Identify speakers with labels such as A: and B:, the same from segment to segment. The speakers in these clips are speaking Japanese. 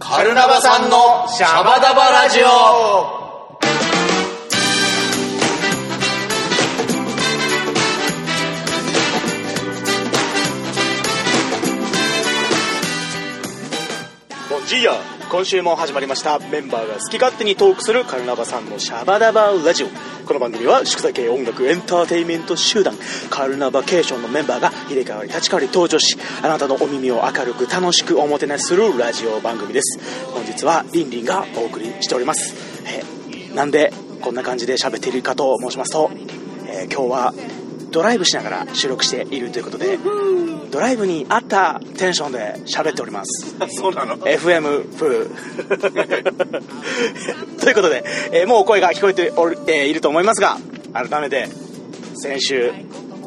A: カルナバさんのシャバダバラジオ
B: ボンジーヤ今週も始まりましたメンバーが好き勝手にトークするカルナバさんのシャバダバラジオこの番組は宿題系音楽エンターテインメント集団カルナバケーションのメンバーが入れ替わり立ち替わり登場しあなたのお耳を明るく楽しくおもてなしするラジオ番組です本日はリンリンがお送りしておりますえなんでこんな感じで喋っているかと申しますと、えー今日はドライブしながら収録しているということでドライブに合ったテンションで喋っております
A: そうなの
B: FM 風ということで、えーもう声が聞こえておる、えーいると思いますが改めて先週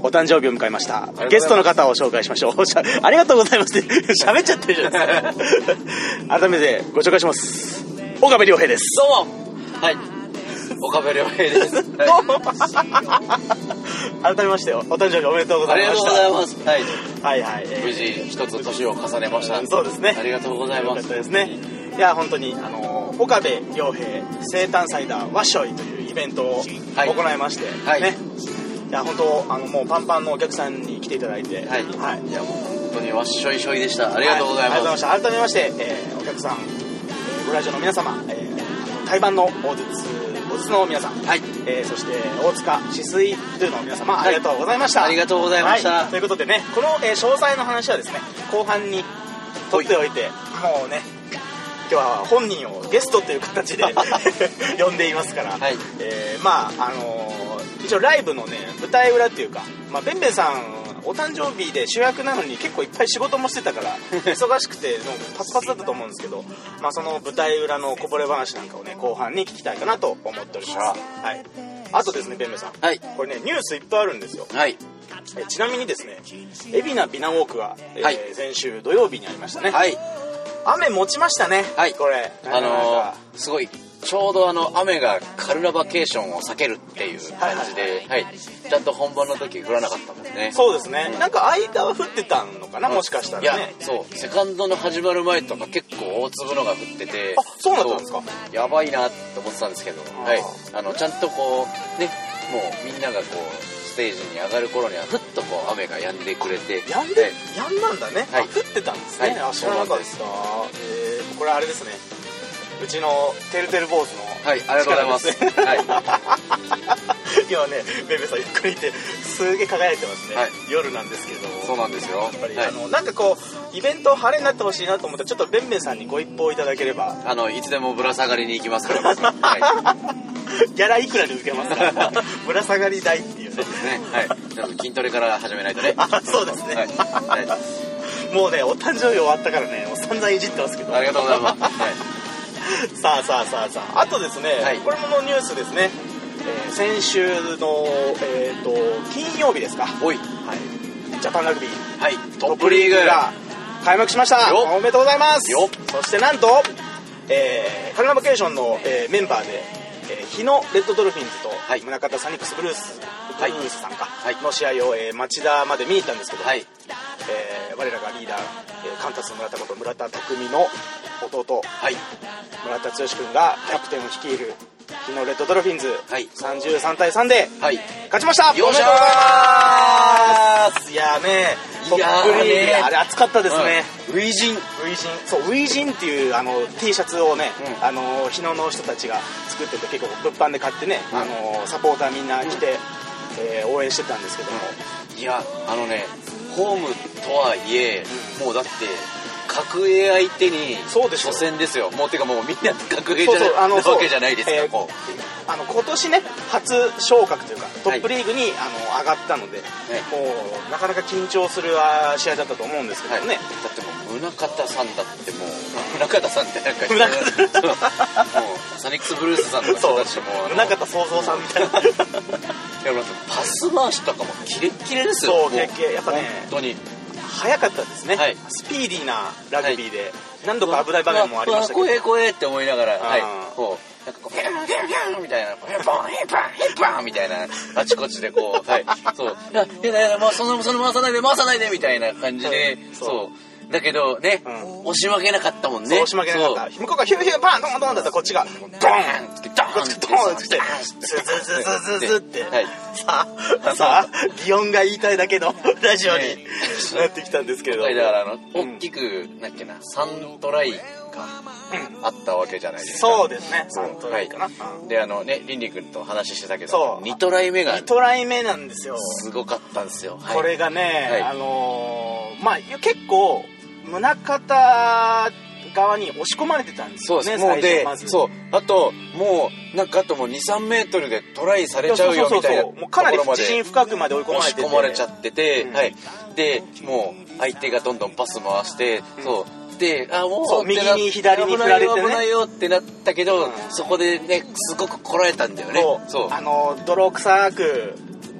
B: お誕生日を迎えました
A: ます
B: ゲストの方を紹介しましょう しゃありがとうございますって 喋っちゃってるじゃないですか改めてご紹介します岡部亮平です
A: どうもはい岡部亮平です、
B: ど
A: は
B: うも 改めましてお誕生日おめでとうご
A: い、あ
B: ざ
A: り
B: い
A: が
B: ま
A: とうご
B: した
A: ざいますはい
B: はいはい、えー
A: 無事一つ年を重ねました
B: そうですね
A: ありがとうございま
B: よ
A: す
B: かったですねいや本当にあの岡部良平生誕祭だわっしょいというイベントを
A: はい
B: 行いまして、
A: はい
B: ねいや本当あのもうパンパンのお客さんに来ていただいて
A: はい
B: はい、
A: いやもう本当にわっしょいしょいでしたありがとうございます、
B: はありがとうございました改めまして、えーお客さんご来場の皆様、えー、台湾の大津大津の皆さん
A: はい
B: えーそして大塚止水ドゥの皆様ありがとうございました、
A: ありがとうございました
B: はということでねこの、えー詳細の話はですね後半に取っておいてもうね今日は本人をゲストという形で 呼んでいますから、
A: はい
B: えーまああのー一応ライブのね舞台裏っていうか、まあ、ベンベンさんお誕生日で主役なのに結構いっぱい仕事もしてたから 忙しくてもうパツパツだったと思うんですけど、まあ、その舞台裏のこぼれ話なんかをね後半に聞きたいかなと思っております、はい、あとですねベンベンさん
A: はい
B: これねニュースいっぱいあるんですよ
A: はい
B: えちなみにですね海老名美男ウォークが、えー
A: はい
B: 先週土曜日にありましたね、
A: はい
B: 雨持ちましたね、
A: はい
B: これ
A: あ
B: なん
A: の
B: か
A: ー、すごいちょうどあの雨がカルナバケーションを避けるっていう感じで、はいちゃんと本番の時降らなかったもんね
B: そうですねなんか間は降ってたのかな、もしかした
A: い
B: ら
A: や
B: ね
A: そうセカンドの始まる前とか結構大粒のが降ってて
B: あそうだったんですか
A: そうやばいなって思ってたんですけど
B: あー
A: はいあのちゃんとこうねもうみんながこうステージに上がる頃にはふっとこう雨が止んでくれて
B: やんで、
A: はい
B: やんだんだね、あ
A: はい
B: 降ってたんですね、
A: はい
B: あ知らなかったですか、えー、これあれですねうちのてるてる坊主の
A: はい、ありがとうございます。
B: 力ですね
A: はい、
B: 今ねベベさんゆっくりいてすげえ輝いてますね、
A: はい
B: 夜なんですけど
A: そうなんですよ。
B: やっぱり、
A: はい
B: あ、のなんかこうイベント晴れになってほしいなと思ったらちょっとベンベンさんにご一報いただけ れば
A: あのいつでもぶら下がりに行きますから。僕 はは
B: ギャラいくらで受けます かぶら下がり台っていうね
A: い、ですね。はい、ちょっと筋トレから始めないと ね。
B: あそうですね
A: はい、はい
B: もうねお誕生日終わったからねもう散々いじってますけど
A: ありがとうございます。はい、
B: さあさあさあさああとですね、
A: はい
B: これものニュースですね、えー先週の、えー、と金曜日ですか、は
A: おい、
B: い、ジャパンラグビー
A: はい、トップリーグ。
B: が開幕しました
A: よ
B: おめでとうございます
A: よ
B: そしてなんと、えーカルナバケーションの、えーメンバーで、えー日野レッドドルフィンズと、
A: はい
B: 宗像サニックスブルースブ
A: はい
B: ルースさんか、
A: はい
B: の試合を、えー町田まで見に行ったんですけど、
A: はい、
B: えー我らがリーダー、えー、カンタス村田こと村田匠の弟
A: はい、
B: 村田剛君がキャプテンを率いる日野レッドドルフィンズ、
A: はい
B: 33対3で
A: はい。
B: 勝ちました
A: よっし
B: お
A: ゃー
B: めでとうございますいやーねト
A: いや
B: ッ
A: ー
B: プリー
A: ね
B: グあれ熱かったですね、
A: うん。初陣。
B: ウイジンそうウイジンっていうあの T シャツをね、
A: うん
B: あの日野の人たちが作ってて結構物販で買ってね、
A: うん
B: あのサポーターみんな来て、えー応援してたんですけども、
A: いや、あのね、ホームとはいえ、もうだって。格上相手に
B: そうで
A: 初
B: すよ
A: 戦ですよ。もうてかもうみんな格上じゃな
B: そうそうあの
A: い
B: そう
A: わけじゃないです
B: え
A: か。
B: ー
A: こう
B: あの今年ね初昇格というかトップリーグに、あの上がったので、もうなかなか緊張するあー試合だったと思うんですけ
A: はい
B: どもね、
A: だってもう宗像さんだってもう宗像さんってなんか
B: 宗像
A: そうもうサニックスブルースさんとか人たちもあの
B: 宗像創造さんみたい な
A: いやなんかパス回しとかもキレッキレですよ
B: そう
A: も
B: キレッキレやっぱね
A: 本当に
B: 早かったですね、
A: はい
B: スピーディーなラグビーで何度か危ない場面もありましたけ
A: う
B: ど
A: わうわ怖え怖えって思いながら
B: ん
A: はいこうなんかこうヒャンヒャンヒャンみたいなヒャンバンヒャンバンヒャンバンみたいなあちこちでこうはいそういやいやいやもうそのその回さないで回さないでみたいな感じで
B: うんそう
A: そうだけどね、
B: うん
A: 押し負けなかったもんね
B: そう押し負けなかった向こうがヒューヒューバンドンドンだったらこっちがドンドン
A: そうドーンって
B: ドンってきてズズズズズズって
A: はい
B: さ あさあ擬音が言いたいだけのラジオに
A: ね
B: なってきたんですけれ
A: 今
B: ど
A: 回だからあの
B: うん
A: 大きく、なんだっけな3トライがあったわけじゃないですか
B: そうですね3トライかな
A: はいであのねりんり君と話してたけ
B: そ
A: ど
B: う
A: 2トライ目が
B: 2トライ目なんですよ
A: すごかったんですよ、はい
B: これがね、
A: はい
B: あのーまあ結構宗方側に押し込まれてたんです
A: そう
B: よ
A: で
B: ね
A: す、もう
B: 最
A: で、
B: 初まず
A: そうあともうなんかあともう23メートルでトライされちゃうよみたいな
B: そうそうそうもうかなり
A: ところま
B: 自
A: で
B: 信深くまで追い込ま
A: 押
B: れ
A: して
B: て
A: 込まれちゃってて、
B: うん
A: はいでもう相手がどんどんパス回して、
B: うん
A: そうであもう
B: そう
A: ってな
B: 右に左に振られてね
A: 危ないよ危ないよってなったけど、
B: うん
A: そこでねすごくこらえたんだよね
B: そう
A: そう
B: あのー泥臭く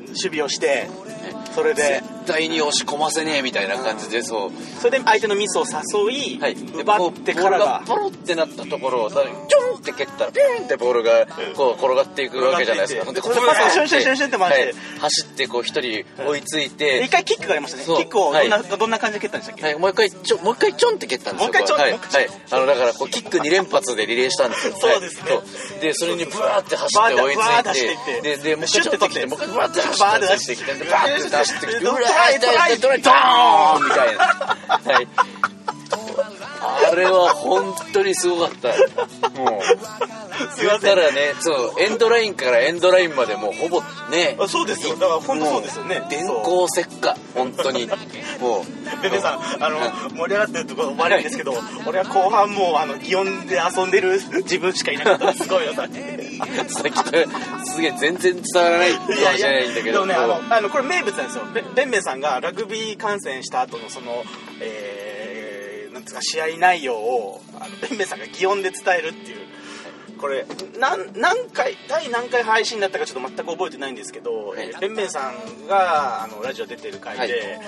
B: 守備をしてそれで
A: 絶対に押し込ませねえみたいな感じで、そう
B: それで相手のミスを誘い、
A: はい、
B: 奪ってからが
A: ボールポロってなったところをさキョンって蹴ったらピュンってボールがこう転がっていくわけじゃないですか
B: 転がっていって
A: ほんこ
B: でパスをシュンシュンシュンシュンって回して
A: はい走ってこう一人追いついて、
B: 一回キックがありましたね
A: そう
B: キックをどんな,、
A: はい
B: どんな感じで蹴ったんでしたっけ、
A: はい、もう一回ちょもう一回ちょんって蹴ったんですよ
B: もう一回ちょん
A: これ
B: も
A: はい、
B: う一回
A: はい、あのだからこうキック2連発でリレーしたんですよ
B: そうですね
A: はいそうでそれにブワーって走って追いつ
B: バーッて
A: いて
B: バーッて走っていって
A: ででもう一回ちょんって来て
B: シュ
A: もう一
B: ッて取って
A: 回ブワーって走って
B: バーッて
A: 走ってきてでバーって出してきて
B: ド
A: う
B: ラ
A: わ
B: イ
A: ー痛い痛い痛
B: ドラ
A: いドーンみたいなはいあれは本当にすごかったもう
B: すい
A: 言
B: ま
A: っ
B: せ
A: た
B: ん
A: らねそうエンドラインからエンドラインまでもうほぼね
B: あそうですよだから本当そうですよね
A: 電光石火本当にもう
B: ベベさん、あの、盛り上がってるところ悪いんですけど、俺は後半もう、あの、擬音で遊んでる自分しかいなかった。すごいよ、さっき。い
A: さっきとすげえ全然伝わらないかもしれないんだけ
B: で
A: ど
B: もね、あの、あの、これ名物なんですよ。ベベンベンさんがラグビー観戦した後の、その、えー、なんつうか、試合内容を、あの、ベンベンさんが擬音で伝えるっていう。これなん何回第何回配信だったかちょっと全く覚えてないんですけど、
A: はい
B: えーベンベンさんがあのラジオ出てる回で、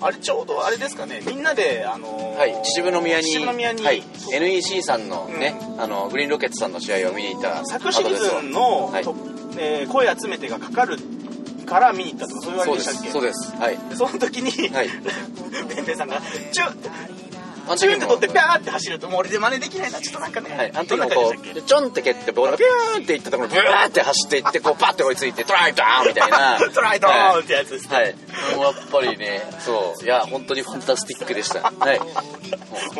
A: は
B: あれちょうどあれですかねみんなで、あのー
A: はい、秩父宮に
B: 秩父宮に、
A: はい、NEC さんのね、あのグリーンロケッツさんの試合を見に行った
B: 昨シーズンの、
A: はい
B: とえー声集めてがかかるから見に行ったとかそういうわ
A: そう
B: け
A: で
B: でしたっけ
A: すそうですはい
B: でその時に、
A: はい
B: ベンベンさんがチュッて
A: あの
B: チュッ
A: 時
B: て
A: も
B: 取ってピャーって走るともう俺で真似できないなちょっとなんかね、
A: はい、あの時
B: どんな
A: も
B: 感じ
A: こ
B: でした
A: う
B: っ
A: チョンって蹴ってボールがビューンっていったところにブワーって走っていってこうパッて追いついてトライドーンみたいな
B: け トライドーンってやつです、
A: はい、はい、もうやっぱりねそういや本当にファンタスティックでしたはいも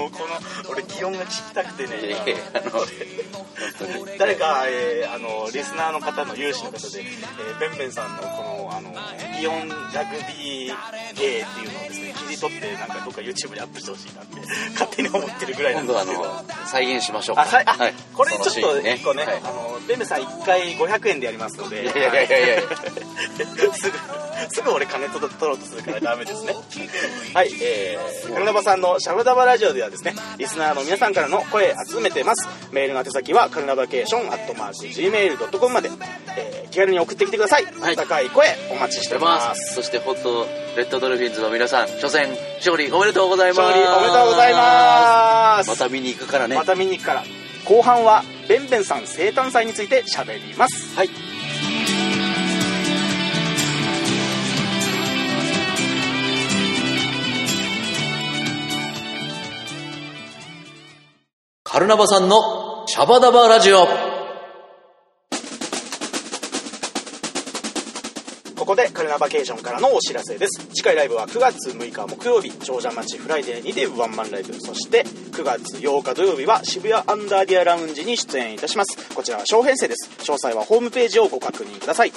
B: もうこの俺擬音が聞きたくて
A: うい
B: ね
A: やいやあの本当に
B: 誰か、えーあのリスナーの方の有志の方で、えーベンベンさんのこのあの擬音ラグビー芸っていうのをですね切り取ってなんかどっか YouTube にアップしてほしいなって勝手に思ってるぐらいなん
A: 今
B: で
A: 度あ
B: すけど
A: の再現しましょうか
B: あ、はい、あ、
A: はい
B: これちょっと
A: そのシーン
B: 一個ね、
A: はい
B: あの、ベンベンさん一回500円でやりますので、
A: いやいやいやいや
B: すぐ、すぐ俺金と取ろうとするからダ メですね。はい、えー、カルナバさんのシャブダバラジオではですね、リスナーの皆さんからの声集めてます。メールの宛先は、カルナバケーションアットマーク Gmail.com まで、えー、気軽に送ってきてください。
A: はい
B: 温かい声お待ちし
A: して
B: て
A: お
B: おり
A: りま
B: ますす。
A: そして本当レッドドルフィンズの皆さん初戦勝利おめでとうございます
B: 勝利おめでとうございます。
A: また見に行くからね
B: また見に行くから。後半は、ベンベンさん生誕祭について喋ります。
A: はいカルナバさんのシャバダバラジオ
B: ここでカルナバケーションからのお知らせです次回ライブは9月6日木曜日長者町フライデーにてワンマンライブそして9月8日土曜日は渋谷アンダービアラウンジに出演いたしますこちらは小編成です詳細はホームページをご確認ください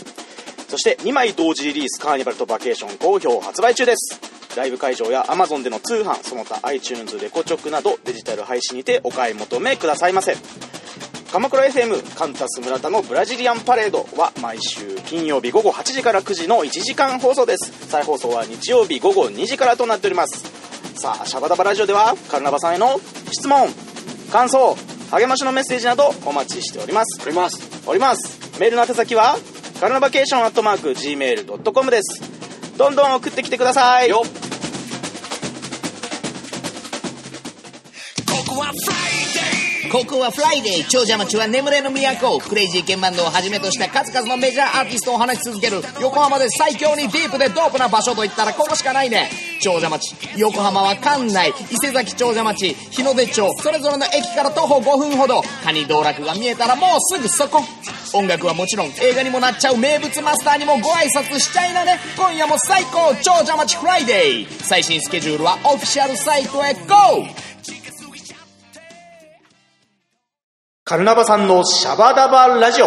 B: そして2枚同時リリースカーニバルとバケーション好評発売中ですライブ会場や Amazon での通販その他 iTunes レコチョクなどデジタル配信にてお買い求めくださいませ鎌倉 FM カンタス村田のブラジリアンパレードは毎週金曜日午後8時から9時の1時間放送です再放送は日曜日午後2時からとなっておりますさあシャバダバラジオではカルナバさんへの質問感想励ましのメッセージなどお待ちしております
A: おります
B: おりますメールの宛先はカルナバケーションアットマーク Gmail.com ですどんどん送ってきてください
A: よ
C: ここはフライデーここはフライデー長者町は眠れぬ都クレイジーケンバンドをはじめとした数々のメジャーアーティストを話し続ける横浜で最強にディープでドープな場所といったらここしかないね長者町横浜は関内伊勢崎長者町日の出町それぞれの駅から徒歩5分ほどカニ道楽が見えたらもうすぐそこ音楽はもちろん映画にもなっちゃう名物マスターにもご挨拶しちゃいなね今夜も最高長者町フライデー最新スケジュールはオフィシャルサイトへ GO!
B: カルナバさんのシャバダバラジオ。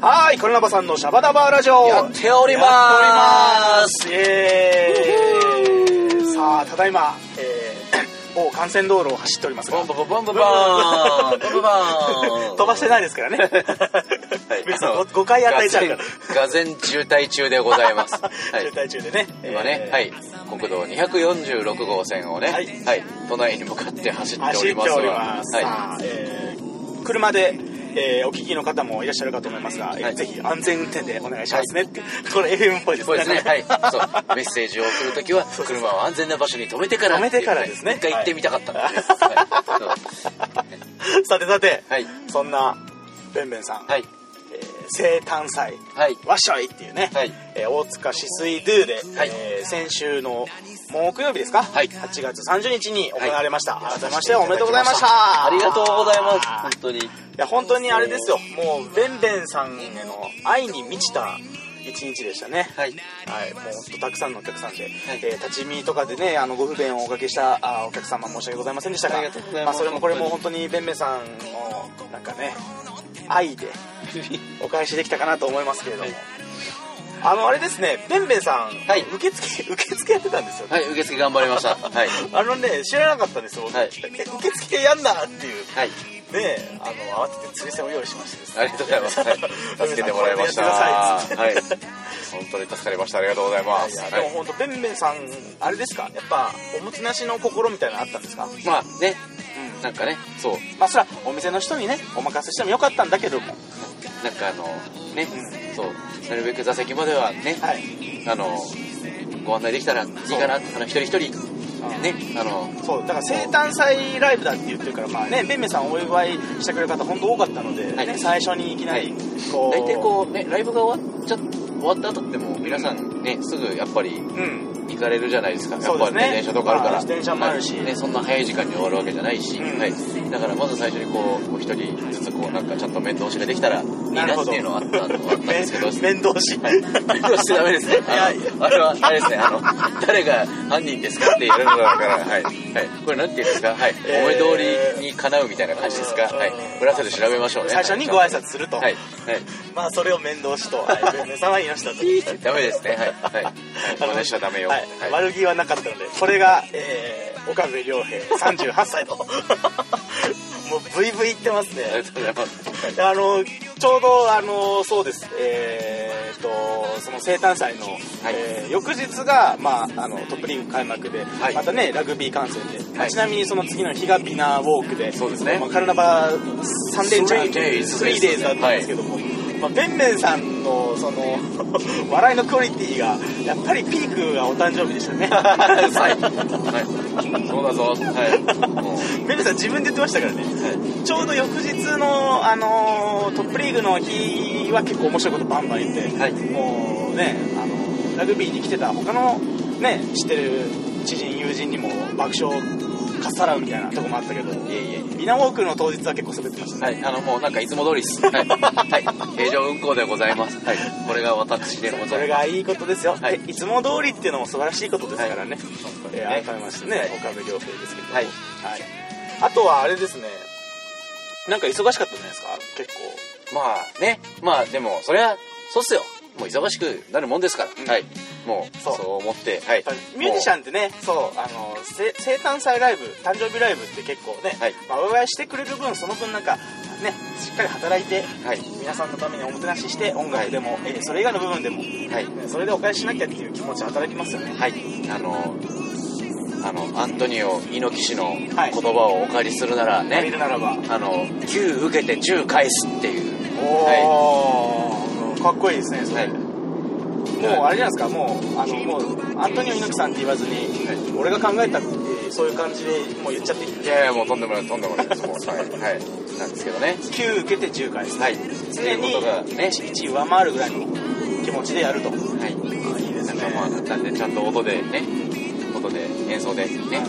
B: はい、カルナバさんのシャバダバラジオ。
A: やっておりま
B: や
A: ー
B: っ
A: す
B: ております。えー、さあ、ただいま、えー、 某幹線道路を走っておりますが。
A: ボンボボボンボボンボンボボン
B: 飛ばしてないです からね。別に5回与えちゃうから。
A: がぜん渋滞中でござい ます、はい
B: 渋滞中でね。
A: 今
B: え
A: ね、
B: ー
A: はい、国道246号線をね、
B: は
A: はいい都内に向かって走ってお
B: 走
A: り
B: っ
A: ます
B: て
A: が
B: おります。
A: は
B: さあえー車で、えーお聞きの方もいらっしゃるかと思いますが、えー
A: はい
B: ぜひ安全運転でお願いしますねって、これ FM っぽい
A: い、
B: で
A: そうですすね、
B: ね。
A: はい、 そう、メッセージを送るときは、車を安全な場所に止めてから、
B: 止めてからですね
A: 一回行ってみたかったんです。
B: さてさて、
A: はい
B: そんなべんべんさん、
A: はい、
B: えー生誕祭
A: はい、
B: わっしょいっていうね、
A: はい
B: えー大塚止水ドゥで、
A: はい
B: えー先週の木曜日ですか、
A: はい
B: 8月30日に行われました、
A: はい
B: 改めましておめでとうございました
A: ありがとうございます。本当に。
B: いや本当にあれですよもうべんべんさんへの愛に満ちた一日でしたね
A: はい、
B: はい、もう本当たくさんのお客さんで、えー立ち見とかでねあのご不便をおかけしたあーお客様申し訳ございませんでしたが
A: ありがとうございま
B: まあ、
A: す
B: それもこれも本当にべんべんさんのなんかね愛でお返しできたかなと思いますけれども、
A: はい
B: あのあれですねべんべんさん、
A: はい
B: 受付受付やってたんですよね、
A: はい、受付頑張りました。はい、
B: あのね知らなかったんですよ、
A: はい
B: え受付やんなっていう
A: はい、
B: ねあの慌てて釣り線を用意しましてですね
A: ありがとうございます。 はい助けてもらいました。
B: やっ
A: は
B: てください
A: い、本当に助かりました。ありがとうございま
B: い
A: す。
B: や
A: はい
B: でも本当、べんべんさん、あれですか、やっぱおもてなしの心みたいなのあったんですか、うん、
A: まあね、なんかね、そう、
B: まあ、それはお店の人にね、お任せしてもよかったんだけども、
A: なんかあの、ね、そう、なるべく座席まではね、
B: はい、
A: あの、ご案内できたらいいかな、あの、一人一人、ね、あの、
B: そう、だから生誕祭ライブだって言ってるから、まあね、べんべんさん、お祝いしてくれる方、本当多かったので、
A: はい
B: ね、最初にいきなり
A: は、
B: こう、
A: 大体こう、ね、ライブが終わっちゃ、終わった後ってもう皆さんね、すぐやっぱり
B: う、うん、
A: 行かれるじゃないですか。や
B: そう
A: っ
B: で
A: ぱ
B: す
A: り
B: ね
A: ね、電車とかあるか
B: ま
A: ら。
B: あ自転車もあるし
A: ね、そんな早い時間に終わるわけじゃないし、
B: うん
A: はい。だからまず最初にこう、お一人ずつこう、なんかちゃんと面倒しができたらいいなっていうのはあったのはあったんですけど、
B: め面倒し、
A: 面倒しちゃダメです ね。 あのあれは、あれですね、あの、誰が犯人ですかってやるのだから、はい。はい。これなんて言うんですかはい。
B: えー
A: 思い通りにかなうみたいな感じですかはい。これ後で調べましょうね。
B: 最初にご挨拶すると、
A: はい。はい。
B: まあそれを面倒しと、 はいべんべんさんは言いましたと。
A: ダメですね。はい。はい。 はい真似しちゃダメよ。
B: はい
A: はい。
B: 悪気はなかったのでこれが、えー、岡部亮平38 歳のもうブイブイ言ってますね
A: ありがとうございます。はい
B: あのちょうどあのそうですえー、とその生誕祭の、えー翌日が、まあ、あのトップリーグ開幕で、
A: はい
B: またねラグビー観戦で、まあ
A: はい
B: ちなみにその次の日がビナーウォークで
A: そうですね
B: まあカルナバ3連チャン
A: Three days
B: 3デイズだったんですけども、まあ、ベンベンさんのその 笑いのクオリティがやっぱりピークがお誕生日でした ね
A: はい。はい。そうだぞ。はい。もう。
B: ベンベンさん自分で言ってましたからね
A: は
B: ちょうど翌日の、あのートップリーグの日は結構面白いことバンバン言って、
A: はい
B: もうね、あのラグビーに来てた他の、ね、知ってる知人、友人にも爆笑かっさらうみたいなとこもあったけど、
A: い。いえいえいえ。
B: ビナウォークの当日は結構滑ってましたね。
A: はい、あのもうなんかいつも通りです。はい、はい、平常運行でございます。はい、これが私でご
B: そ
A: ざ
B: れ
A: います。
B: がいいことですよ、
A: はい
B: でいつも通りっていうのも素晴らしいことですからね、
A: 本当に
B: え
A: ね
B: ー改めましてね、
A: はい
B: 岡部亮平ですけども、
A: はい
B: はいあとはあれですね、なんか忙しかったじゃないですか、結構。
A: まあね、まあでもそれはそうっすよ。もう忙しくなるもんですから。
B: うん
A: はい、もう
B: そ
A: そうう思って、はい。
B: ミュージシャ
A: ン
B: ンってねそうあのせ生誕祭ライブ誕生日ライブって結構ね、
A: はい
B: まあ、お祝いしてくれる分その分なんかねしっかり働いて
A: はい
B: 皆さんのためにおもてなしして音楽でも、えーそれ以外の部分でも
A: はい
B: それでお返ししなきゃっていう気持ち働きますよね
A: はいあのあのアントニオ猪木氏の言
B: はい
A: 葉をお借りするなら
B: やれる
A: ね、
B: ならば
A: あの9受けて10返すっていう。
B: おお、かっこいいですねそれ、
A: はい。
B: もうあれじゃないですかもうあのもうアントニオ猪木さんって言わずに、俺が考えたってそういう感じでもう言っちゃっていい
A: いやいやもうとんでもないとんでもないですもうはい、はい、なんですけどね
B: 9受けて10回ですね
A: はいって
B: 常
A: いう
B: に
A: ことがね
B: 1上回るぐらいの気持ちでやると
A: はい
B: いいですね
A: まあなんでちゃんと音でね音で演奏でね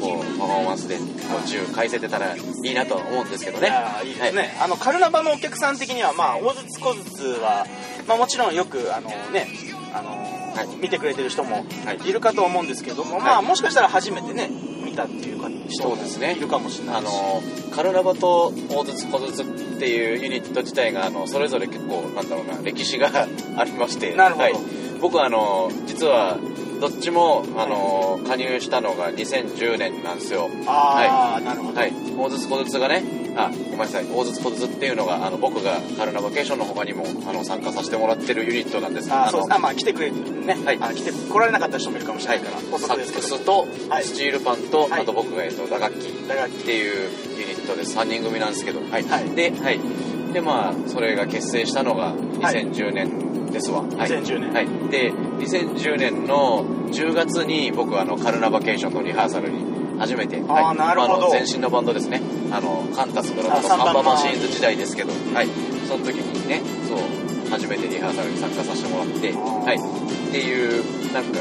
A: こうパフォーマンスで10返せてたらいいなとは思うんですけどね
B: いやーいいですね、
A: はい
B: あのカルナバのお客さん的にはまあ大筒小筒は、まあ、もちろんよくあのねあのー
A: はい
B: 見てくれてる人も
A: はい
B: いるかと思うんですけども、ま
A: は
B: あもしかしたら初めてね見たっていうか人
A: そう
B: も
A: ですね
B: いるかもしれな
A: あ
B: いし、
A: のカルラバと大筒小筒っていうユニット自体があのそれぞれ結構なんだろうな歴史がありまして
B: なるほど
A: はい、僕はあの実はどっちもあの加入したのが2010年なんですよ
B: ああ、なるほど、
A: はい、大筒小筒がね、あ、ごめんなさい、大筒小筒っていうのが、あの、僕がカルナバケーションの他にも、あの、参加させてもらってるユニットなんです
B: あー
A: の
B: そうですあまあ来てくれてるね、
A: はい
B: あ来て来られなかった人もいるかもしれ
A: は
B: ないいから、お、
A: サ
B: 外で
A: ッ
B: す
A: ク
B: けど
A: スと
B: はい
A: スチールパンと、
B: はい
A: あと僕が、えっと、打楽器っ
B: だから来て
A: ていうユニットで3人組なんですけど、はい。
B: はい
A: で、はい。で、まあ、それが結成したのが2010年ですわ。はい。
B: 2010年
A: はい。で、2010年の10月に僕、あの、カルナバケーションのリハーサルに初めて、
B: あーなるほど
A: あの前身のバンドですね。あの、カンタスから
B: あ
A: サ
B: サ
A: ン
B: ン
A: バ
B: バ
A: マシーンズ時代ですけど、はい。その時にね、そう、初めてリハーサルに参加させてもらって、はい。っていう、なんか、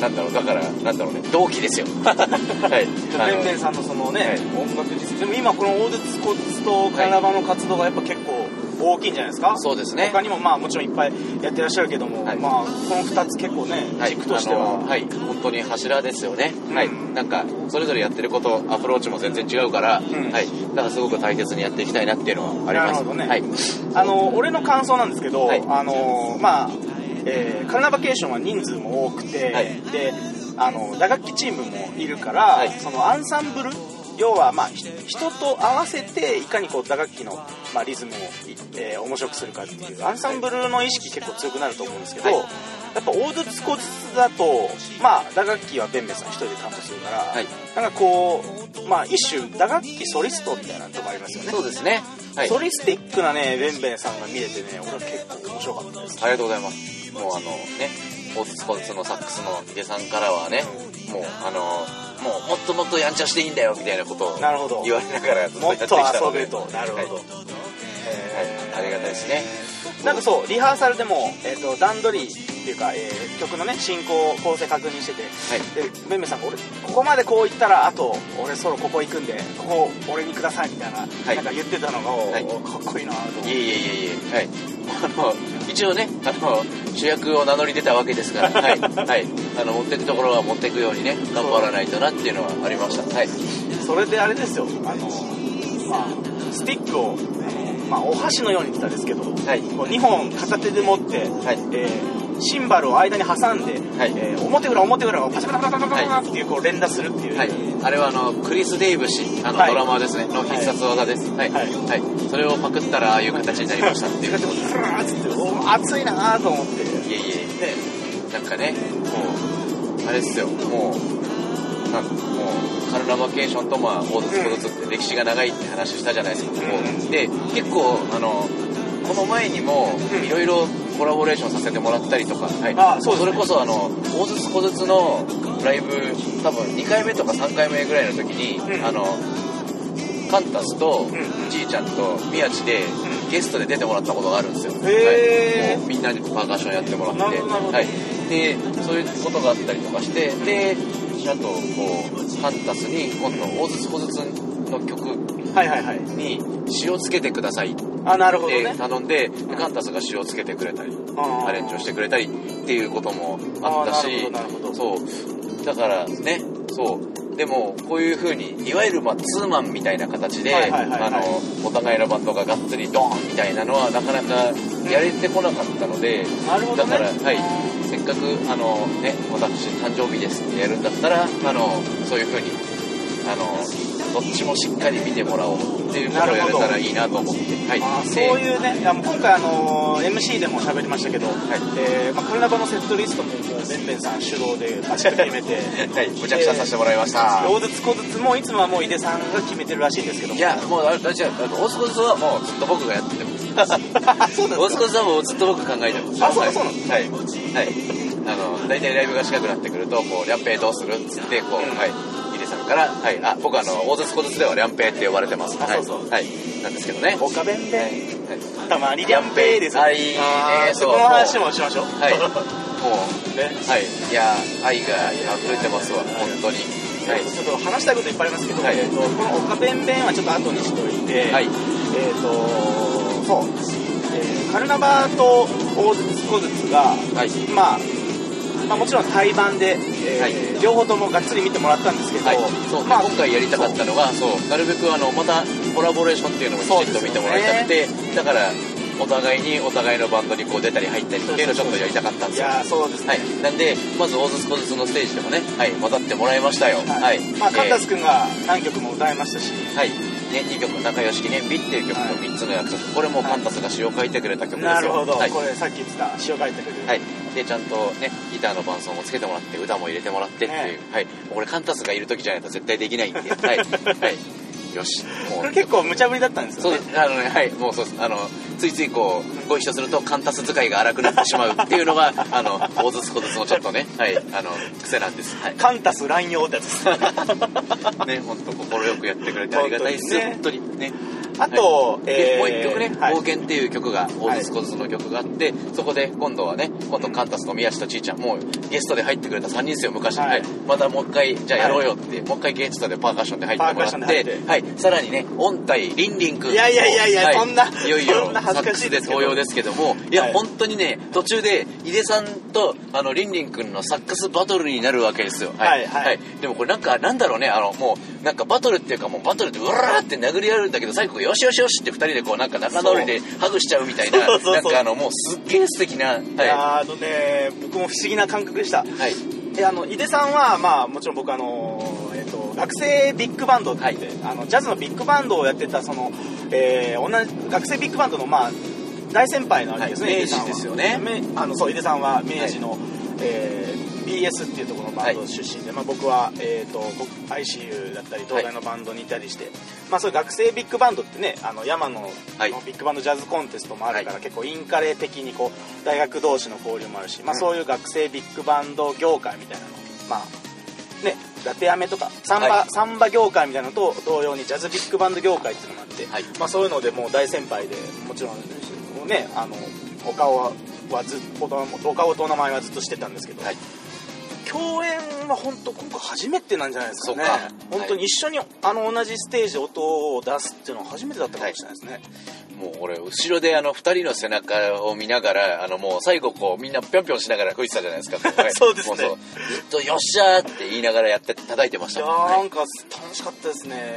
A: なんだろう、だから、なんだろうね、同期 ですよ。はい。あ
B: ベンベンさんのそのね、
A: はい
B: 音楽実績でも今この大筒コツとカルナバの活動がやっぱ結構大きいんじゃないですか、
A: のそうですね。
B: 他にもまあもちろんいっぱいやってらっしゃるけども、
A: はい
B: まあこの2つ結構ね、軸としては、
A: あのはい、本当に柱ですよね、
B: うん
A: はい、なんかそれぞれやってることアプローチも全然違うから、
B: ん
A: はい、だからすごく大切にやっていきたいなっていうのはあります
B: なるほどね
A: はい、
B: あの俺の感想なんですけど、
A: はい
B: あのまあ、えーカルナバケーションは人数も多くて、
A: はい
B: であの打楽器チームもいるから、
A: はい
B: そのアンサンブル要は、まあ、ひ人と合わせていかにこう打楽器の、まあ、リズムを、えー面白くするかっていうアンサンブルの意識結構強くなると思うんですけど、
A: はい
B: やっぱ大筒小筒だと、まあ、打楽器はベンベンさん一人で担当するから、
A: はい
B: なんかこう、まあ、一種打楽器ソリストみたいなとこありますよね。
A: そうですね、はい、
B: ソリスティックなねベンベンさんが見れてね俺は結構面白かったです
A: ありがとうございますもうあのねオツコツのサックスのヒデさんからはねもうあのもうもっともっとやんちゃしていいんだよみたいなことを
B: なるほど
A: 言われながらずっとや
B: もっ
A: ってき
B: と
A: たの
B: 遊
A: で
B: べとなるほど、
A: はいはい、ありがたいですね
B: なんかそうリハーサルでも、えー、と段取りっていうか、えー曲のね進行構成確認してて、でベンベンさんが俺ここまでこう言ったらあと俺ソロここ行くんでここ俺にくださいみたいな,、
A: い
B: なんか言ってたのが、
A: はい
B: おかっこいいなと思
A: いえ
B: って
A: いえいえいえ、はい。あの、一応ね、あの、主役を名乗り出たわけです から、はい。はい。あの、持ってくところは持ってくようにね、頑張らないとなっていうのはありました。はい。
B: それであれですよあのまあスティックをあの、まあ、お箸のように言ってたんですけど、
A: はい。
B: こう2本片手で持って、
A: はい
B: えーシンバルを間に挟んで、
A: はい
B: えー表裏表裏をパチパチパチパチパチパチっていうこう連打するっていう、
A: はい。あれはあの、クリス・デイブ氏、あの、
B: はい
A: ドラマーですね、の必殺技です。はい。は。
B: はいい
A: それをパクったら、ああいう形になりましたっていう。い
B: でもフラーッつっておー熱いなーと思って
A: えいえ、ね、なんかね、もう、あれですよ、もう、なんもうカルナバケーションとまあ大津小津って歴史が長いって話したじゃないですか、もうで結構あのこの前にも
B: うん
A: いろいろコラボレーションさせてもらったりとか、はい
B: あそうですね
A: れこそあの大津小津のライブ多分2回目とか3回目ぐらいの時に、
B: うん
A: あのカンタスと
B: ん
A: じいちゃんと宮地で
B: うん
A: ゲストで出てもらったことがあるんですよ、
B: へ
A: はい
B: ー
A: もうみんなにパーカッションやってもらって
B: なるほどなるほど
A: はい、でそういうことがあったりとかしてであとこうカンタスに今度大筒小筒の曲
B: はいはいはい
A: に詞をつけてくださいっ
B: あなるほど
A: て
B: ね
A: 頼んで、でカンタスが詞をつけてくれたり
B: あー
A: アレンジをしてくれたりっていうこともあったし
B: あーなるほどなるほど
A: そうだからねそうでもこういうふうにいわゆるまあツーマンみたいな形で
B: はいはいはいはい
A: あのお互いのバンドががっつりドーンみたいなのはなかなかやれてこなかったので、
B: なるほ
A: だ
B: どね
A: から、はい、せっかくあの、ね、私誕生日ですってやるんだったらあのそういう風にあのどっちもしっかり見てもらおうっていうことをやれたらいいなと思ってはい
B: あーそ
A: で
B: ういうね、いやもう今回、あのー MC でも喋りましたけど、えーまあ、カルナバのセットリストももう、べんべんさん主導でバチッと決めて、
A: はいむちゃくちゃさせてもらいました
B: 大筒小筒もいつもはもう井出さんが決めてるらしいんですけども
A: いやもうあれ違うあの大須ずはもうずっと僕がやっててます
B: そうなん
A: 大
B: です
A: 須
B: か
A: ずさんもずっと僕考えてます
B: あそう
A: はい
B: そうなんで
A: はいはいあの大体ライブが近くなってくるとこう「リャンペイどうする?」っつってこう、
B: うん
A: はいヒデさんから「はい、あ僕あの大津小津ではリャンペイって呼ばれてます」
B: あ
A: はい、
B: そうそう
A: はい、なんですけどね
B: 岡弁
A: はい
B: で、
A: はい
B: たまにリャンペイですよ
A: あいいね
B: あー
A: そ
B: そうこの話もしましょう、
A: はいも
B: ね
A: うはいいや愛が溢れてますわ本当にはい
B: ちょっと話したいこといっぱいありますけど、
A: はい
B: えー、とこの岡弁弁はちょっと後にしといて、
A: はい
B: えっ、とそう、えーカルナバと大筒小筒が
A: はい
B: まあ、まあもちろん対バンで、えー
A: はい
B: 両方ともがっつり見てもらったんですけど、
A: はい、そう
B: まあ、
A: 今回やりたかったのがそうなるべくあのまたコラボレーションっていうのもきちんと見てもらいたくて、だからお互いにお互いのバンドにこう出たり入ったりっていうのをちょっとやりたかったんで
B: い
A: すよ
B: やーそうですね、
A: はい、なんでまず大津小津のステージでもね、はい、混ざってもらいましたよ
B: は
A: はい、
B: まあ、カンタ
A: え
B: ス君が何曲も歌いましたし、
A: ーはいね、2曲「仲良し記念日」っていう曲
B: は
A: と
B: い
A: 3つの約束これもカンタスが詩を書いてくれた曲ですよ
B: なるほど、
A: はい
B: これさっき言ってた詩を書いてくれる、
A: はい、でちゃんとねギターの伴奏もつけてもらって歌も入れてもらってっていう、はい、もうこれカンタスがいる時じゃないと絶対できないんで、はいはい、よしも
B: こ
A: う
B: れ結構無茶ぶりだったんです
A: そ
B: よ
A: う
B: ね
A: ですあのねはいもうそうですあのついついこうご一緒するとカンタス使いが荒くなってしまうっていうのがあの大津小津のちょっとねはいあの癖なんですはい
B: カンタス乱用ってやつです
A: ね本当心よくやってくれてありがたいです本
B: 本
A: 当にね
B: あと、
A: で
B: えー
A: もう一曲ね「
B: はい
A: 冒険」っていう曲がオーディスコズの曲があって、そこで今度はね今度カンタスの宮下ちいちゃんもうゲストで入ってくれた3人ですよ昔、
B: はい
A: はいまたもう一回じゃあやろうよって、もう一回ゲストでパーカッションで入ってもらっ
B: パーカッションで
A: て
B: 入っ
A: はい、さらにね音体リンリン君
B: いやいやいやいや
A: はい
B: そんない
A: よいよ
B: そんな恥ずかしいで
A: サッ
B: すけ
A: クスで
B: ど
A: 登用ですけどもいや、
B: はい
A: 本当にね途中で井出さんとあのリンリン君のサックスバトルになるわけですよ
B: はいはい
A: でもこれなんかなんだろうねあのもうなんかバトルっていうかもうバトルってうわーって殴り合うんだけど最後よしよしよしって2人でこうなんか仲直りでハグしちゃうみたいな
B: そうそうそう
A: なんかあのもうすっげえ素敵なはい
B: いやーあのね僕も不思議な感覚でした
A: はい
B: であの井出さんは、まあ、もちろん僕あの、えっと学生ビッグバンドって言って、あのジャズのビッグバンドをやってたその、えー同じ学生ビッグバンドの、まあ、大先輩なわけですね、
A: はい
B: 井出
A: 明
B: さんは
A: 治ですよね
B: めあのそう井出さんは明治の、えー BS っていうところのバンド出身で、まあ、僕は、えー、と僕 ICU だったり東大のバンドにいたりして、まあ、そういう学生ビッグバンドってねあの山野の
A: はい
B: ビッグバンドジャズコンテストもあるから、
A: は
B: 結構インカレ的にこう大学同士の交流もあるし、まあ、
A: うん
B: そういう学生ビッグバンド業界みたいなのまあねラテアメとかサンバ、
A: はい
B: サンバ業界みたいなのと同様にジャズビッグバンド業界っていうのがあって、
A: はい
B: まあ、そういうのでもう大先輩でもちろんねあのお顔ははずお顔もお顔とお名前はずっとしてたんですけど、
A: はい
B: 共演は本当今回初めてなんじゃないですか
A: そ
B: ね
A: うか
B: 本当に一緒に、あの同じステージで音を出すっていうのは初めてだったかもしれないですね、
A: もう俺後ろであの2人の背中を見ながらあのもう最後こうみんなぴょんぴょんしながら吹いてたじゃないで すかはい
B: そうですね
A: もそうずっと「よっしゃ!」って言いながらやって叩いてまし
B: い
A: た
B: やーなんか楽しかったですね、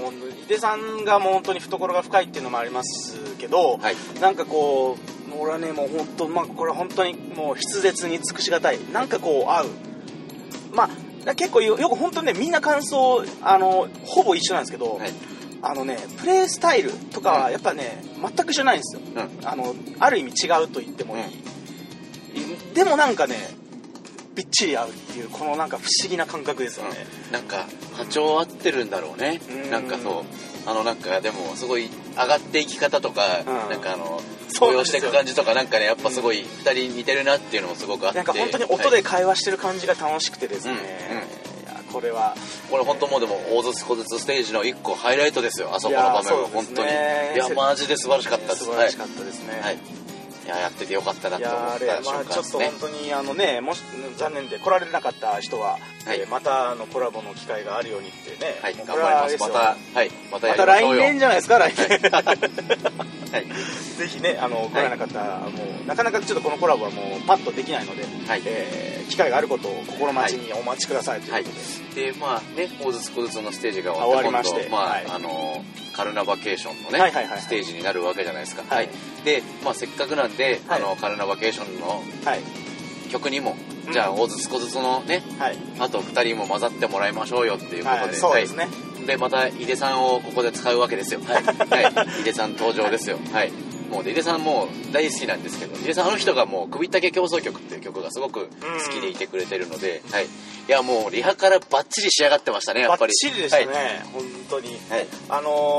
B: もう井出さんがもう本当に懐が深いっていうのもありますけど、
A: はい
B: なんかこう俺はねもう本当まあこれは本当にもう筆舌に尽くしがたいなんかこう合うまあだ結構よよく本当にねみんな感想あのほぼ一緒なんですけど、
A: はい
B: あのねプレイスタイルとか
A: う
B: は
A: ん
B: やっぱね全く一緒じゃないんですよ
A: うん
B: あのある意味違うと言ってもいい、でもなんかねびっちり合うっていうこのなんか不思議な感覚ですよね、
A: うんなんか波長合ってるんだろうね
B: うん
A: なんかそうあのなんかでもすごい上がっていき方とか、
B: うん
A: なんかあの
B: そ
A: 応
B: うなん
A: 用
B: で
A: し
B: す
A: てい
B: よ
A: く感じとかなんかねやっぱすごい2人似てるなっていうのもすごくあって
B: なんか本当に音
A: はい
B: で会話してる感じが楽しくてですね、
A: うん
B: いやこれは
A: これ本当もうでも大筒小筒ステージの1個ハイライトですよあそこの場面は
B: いやそうで
A: 本
B: す
A: 当にい
B: ね
A: やマジで素晴らしかったです
B: 素晴らしかったですね、
A: はい、はい、いややっててよかったないと思
B: やあ
A: っ
B: れ、
A: た瞬
B: まあ、
A: 間
B: ち
A: で
B: ょっ
A: す
B: と
A: ね
B: 本当にあのねもし残念で来られなかった人は、
A: はい
B: えーまたあのコラボの機会があるようにってね、
A: はい
B: もう
A: 頑
B: これはあ
A: 張
B: れ
A: り
B: で
A: ます
B: よ
A: またはいまたや
B: ま
A: り
B: た
A: ましょ
B: 来
A: うよ
B: 年じゃないですか来年、
A: はい
B: ぜひねあの来られなかった、もうなかなかちょっとこのコラボはもうパッとできないので、
A: はい
B: えー機会があることを心待ちにお待ちくださいと
A: は
B: いう
A: い
B: こと
A: で
B: で、、
A: まあね大筒小筒のステージが終わって
B: あ終わりまして
A: 今度まあ、
B: はい
A: あのカルナバケーションのね、
B: はいはいはいはい
A: ステージになるわけじゃないですか、
B: はい
A: で、まあ、せっかくなんで、
B: は
A: あ
B: い
A: のカルナバケーションの
B: はい
A: 曲にも、じゃあ大津こずつのね
B: はい
A: あと2人も混ざってもらいましょうよっていうこ
B: は
A: と
B: い
A: で、
B: そうですね
A: はいでまた井出さんをここで使うわけですよはい、はい、井出さん登場ですよはいもうで井出さんもう大好きなんですけど井出さんあの人がもう「首ったけ競争曲」っていう曲がすごく好きでいてくれてるので、はい、いやもうリハからバッチリ仕上がってましたねや
B: バ
A: っぱ
B: ッ
A: り
B: チリでしたね、
A: はい
B: 本当に
A: はい
B: あ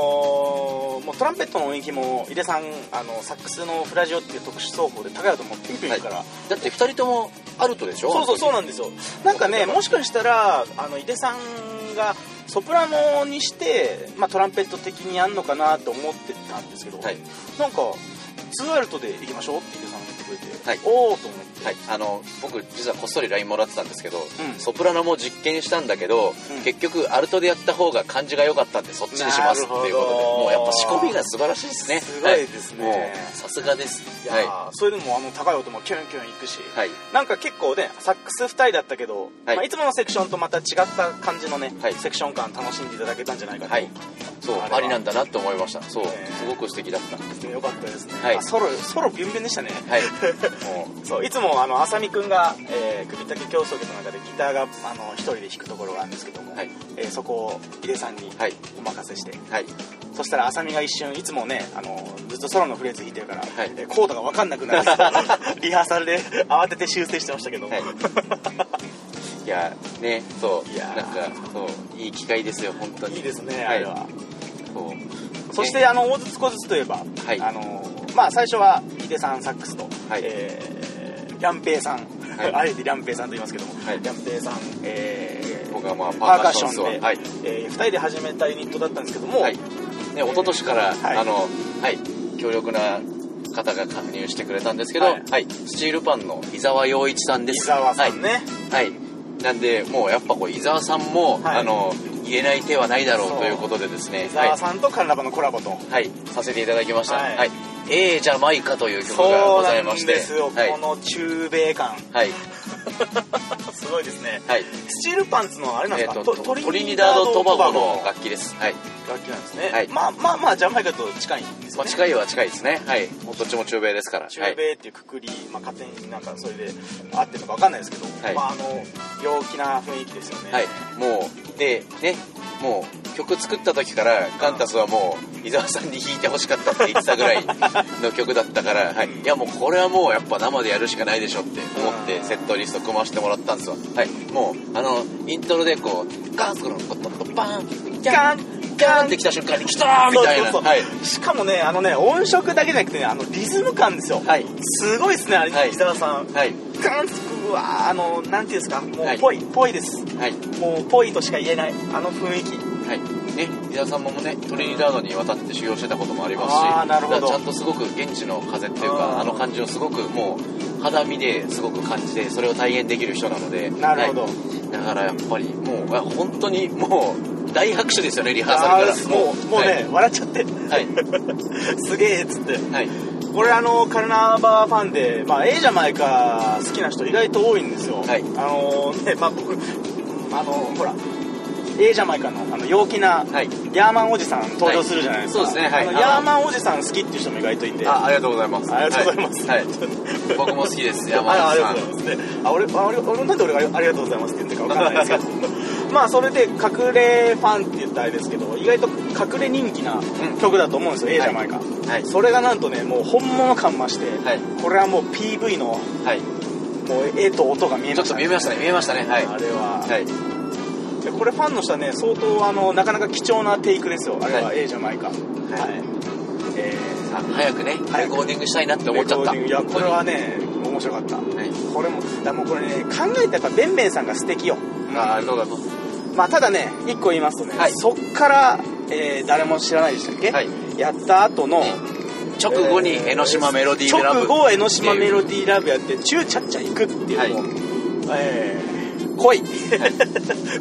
B: のーもうトランペットの音域も井出さんあのサックスのフラジオっていう特殊奏法で高い音もピンピンいくから、
A: だって2人ともアルトでしょ
B: そうそうそう
A: う
B: なんですよなんかねもしかしたらあの井出さんがソプラノにして、まあ、トランペット的にやんのかなと思ってたんですけど、
A: はい
B: なんかツーアルトで行きましょうって井出さんが言ってくれて、
A: はい
B: おおと思って、
A: はい、あの僕実はこっそり LINE もらってたんですけど、
B: うん
A: ソプラノも実験したんだけど、
B: うん
A: 結局アルトでやった方が感じが良かったんでそっちにしますっていうことで
B: なるほど
A: もうやっぱ仕込みが素晴らしいですね
B: すごいですね
A: はいもうさすがです
B: いや
A: はい
B: ー、それでもあの高い音もキュンキュンいくし、
A: はい
B: なんか結構ねサックス2人だったけど、
A: はい
B: いまあ、いつものセクションとまた違った感じのね、
A: はい
B: セクション感楽しんでいただけたんじゃないかと、
A: はいそう
B: あれ
A: あ
B: は
A: りなんだなって思いましたそう
B: ね
A: すごく素敵だったは
B: よかったですね、
A: はい
B: あソロソロビュンビュンでしたね、
A: いもう
B: そういつもあの浅見くんが、えー、首丈競争曲の中でギターがあの一人で弾くところがあるんですけども、
A: はい
B: えーそこを井出さんに
A: はい
B: お任せして、
A: はい
B: そしたら浅見が一瞬いつもねあのずっとソロのフレーズ弾いてるから、
A: はい
B: えーコードが分かんなくなる リハーサルで慌てて修正してましたけど、
A: はいいやねそう
B: いやー
A: なんかそういい機会ですよ本当に
B: いいですね、
A: はい
B: あれは
A: そう
B: そし
A: ね
B: てあの大津小津といえば、
A: はい
B: あのまあ、最初は井出さんサックスと、
A: はい
B: えー、リャンペイさん、
A: い
B: あえてリャンペイさんと言いますけども、
A: はい
B: リャンペイさん、えー
A: 僕はまあ
B: パ
A: パ
B: ー
A: ー
B: カ
A: カッ
B: ッシ
A: シ
B: ョ
A: ョン
B: ンで、
A: ではい
B: え2人で始めたユニットだったんですけども、
A: はい、ね一昨年から、
B: はい
A: あのはい強力な方が加入してくれたんですけど、
B: は
A: はいいスチールパンの伊沢陽一さんで
B: 伊
A: す
B: 沢さんね、
A: はい、はいなんでもうやっぱこう伊沢さんも、
B: はい
A: あの入れない手はないだろ
B: そう
A: うということでですね
B: 伊沢さんとカルラバのコラボと、
A: はい、はい、させていただきました「
B: はい
A: はいええジャマイカ」という曲が
B: そ
A: ご
B: う
A: ざい
B: な
A: ま
B: ん
A: して
B: ですよ、
A: はい
B: この中 米感
A: はい
B: すごいですね
A: はい
B: スチールパンツのあれなん
A: え
B: で
A: っ
B: すか、
A: と
B: と
A: トトリニダード・トバゴの楽器ですはい、
B: 楽器なんですね、
A: はい
B: まあまあまあジャマイカと近いんです
A: ま
B: よ
A: あ、
B: ね、
A: 近いは近いですねはいもうどっちも中米ですから
B: 中米っていうくくり、まあ、勝手になんかそれで合ってるのか分かんないですけど、
A: はい
B: まあ、あの陽気な雰囲気ですよね、
A: はい、もうでねもう曲作った時からガンタスはもう伊沢さんに弾いてほしかったって言ってたぐらいの曲だったから、はい、いやもうこれはもうやっぱ生でやるしかないでしょって思ってセットリスト組ませてもらったんですよはいもうあのイントロでこうガンスのコットッとバーン
B: ガン
A: ガンってきた瞬間に来たーみたいな
B: そうそうそう
A: はい
B: しかもねあのね音色だけじゃなくてねあのリズム感ですよ、
A: はい
B: すごいですねあれ、
A: はい
B: 伊沢さん
A: はい
B: ガンつくわあのなんていうんですかも
A: は
B: う
A: い
B: ぽいぽいです
A: はい
B: もうぽいとしか言えないあの雰囲気
A: はいね、伊沢さんもねトリニダードに渡って修行してたこともありますし
B: あーなるほど
A: だからちゃんとすごく現地の風っていう
B: あ
A: か
B: ー
A: あの感じをすごくもう肌身ですごく感じてそれを体現できる人なので
B: なるほど、
A: はいだからやっぱりもういや本当にもう大拍手ですよねリハーサル
B: あ
A: か
B: ー
A: ら
B: もうもうね、笑っちゃって
A: はい
B: すげえっつって
A: はい、はい
B: これあのカルナバファンで、まあ、A ジャマイカ好きな人意外と多いんですよ、
A: はい
B: あのねまあ僕あのほら A ジャマイカのあの陽気な
A: はい
B: ヤーマンおじさん登場するじゃないですか、
A: はいそうですねはいあ
B: あの
A: の
B: ヤーマンおじさん好きっていう人も意外といて
A: あありがとうございます
B: ありがとうございます
A: はい、はい僕も好きです山
B: ああり
A: 田
B: が
A: さん
B: とうございますねあ俺あ俺俺なんで俺がありがとうございますって言ってるか分かんないです けどまあそれで隠れファンって言ったらあれですけど意外と隠れ人気な曲だと思うんですよ、A ジャマイカ、
A: はい
B: それがなんとねもう本物感増して、
A: はい
B: これはもう PV の
A: はい
B: もう絵と音が見え
A: ちょ
B: ま
A: っ
B: した
A: と見えましたね見えましたねはい
B: あれは、
A: はい
B: でこれファンの人はね相当あのなかなか貴重なテイクですよあれは
A: は
B: A じゃないかはい、えー
A: あ早くね
B: はい
A: レコーディングしたいなって思っちゃった
B: レコーディングいやこれはね面白かった
A: 本当にはい
B: これもだもうこれね考えたらやっぱベンベンさんが素敵よ
A: あありがとうございます
B: まあただね一個言いますとね、
A: はい
B: そっから、えー誰も知らないでしたっけ、
A: はい
B: やった後の、
A: 直後に江ノ島メロディーラブ
B: 直後江ノ島メロディーラブやってチューチャッチャ行くっていう
A: はい
B: もう、えー濃い、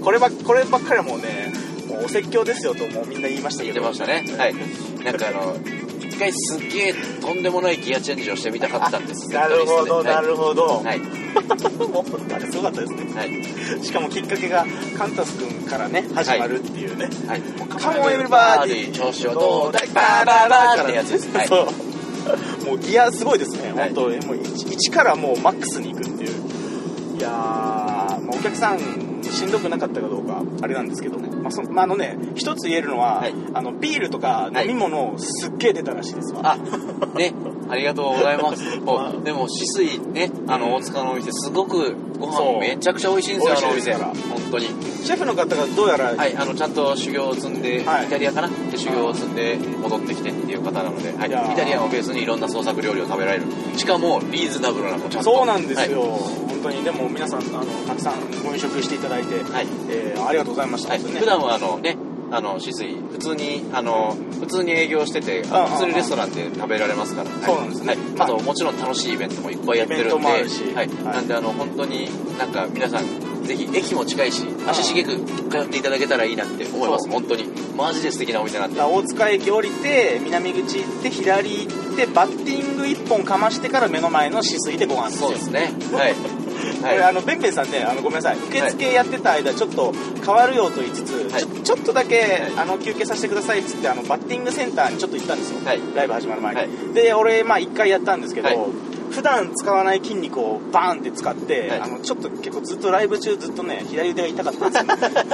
B: こればっこればっかりはもうねもうお説教ですよともうみんな言いましたけ
A: 言っ
B: ど
A: てましたねはいなんかあの一回すっげえとんでもないギアチェンジをしてみたかったんです
B: なるほど
A: セッ
B: な
A: トリス
B: るほど、
A: トではい
B: も うあれすごかったですね
A: はい
B: しかもきっかけがカンタス君からね始まるっていうね、
A: はい
B: カモンエブリバーデ
A: ィ
B: ィ
A: 調子はどうだいバーバーバーってやつですはい
B: そうもうギアすごいですね、
A: はい
B: 本当にもう 1, からもうマックスに行くっていういいやー、まあお客さんしんどくなかったかどうかあれなんですけど、まあそまあ、あのね一つ言えるのは、
A: はい
B: あのビールとか飲み物をすっげえ出たらしいですわ、
A: あ、ね、ありがとうございます。おでも、止水ね、あ
B: うん
A: の、大塚のお店、すごくご
B: そう
A: 飯めちゃくちゃ美味しいんですよ、あのお
B: 美味しいで
A: 店。
B: すから
A: 本当に。
B: シェフの方がどうやら、
A: はい、あの、ちゃんと修行を積んで、
B: はい
A: イタリアかなで修行を積んで戻ってきてっていう方なので、はいい、イ
B: やー
A: タリアンをベースにいろんな創作料理を食べられる。しかも、リーズナブルなの、ちゃんと。
B: そうなんですよ、
A: は
B: 本当にでも皆さんあのたくさんご飲食していただいて、
A: い。はい
B: えーありがとうございました、
A: はい、
B: 本当に
A: 普
B: ね
A: 段はあのねあの止水普通にあの普通に営業しててあの
B: うんうんうん
A: 普通にレストランで食べられますから、はい
B: そうなんですね
A: はい
B: まあ
A: あともちろん楽しいイベントもいっぱいやってるん
B: イベン
A: で
B: トもあるし
A: はい
B: はい
A: なんであの本当になんか皆さんぜひ駅も近いし足しげく通っていただけたらいいなって思います
B: そう
A: 本当にマジで素敵なお店なん
B: だ
A: で
B: から大塚駅降りて南口行って左行ってバッティング1本かましてから目の前の止水でご飯
A: そうですねはい
B: これ
A: は
B: あ
A: い
B: のベンベンさんねあのごめんなさい受付やってた間ちょっと変わるよと言いつつ、
A: はい
B: ちょちょっとだけ
A: はい
B: あの休憩させてくださいっつってあのバッティングセンターにちょっと行ったんですよ、
A: はい
B: ライブ始まる前に、
A: は
B: で俺まあ1回やったんですけど、
A: はい
B: 普段使わない筋肉をバーンって使って、
A: はい
B: あのちょっと結構ずっとライブ中ずっとね左腕が痛かった んですよ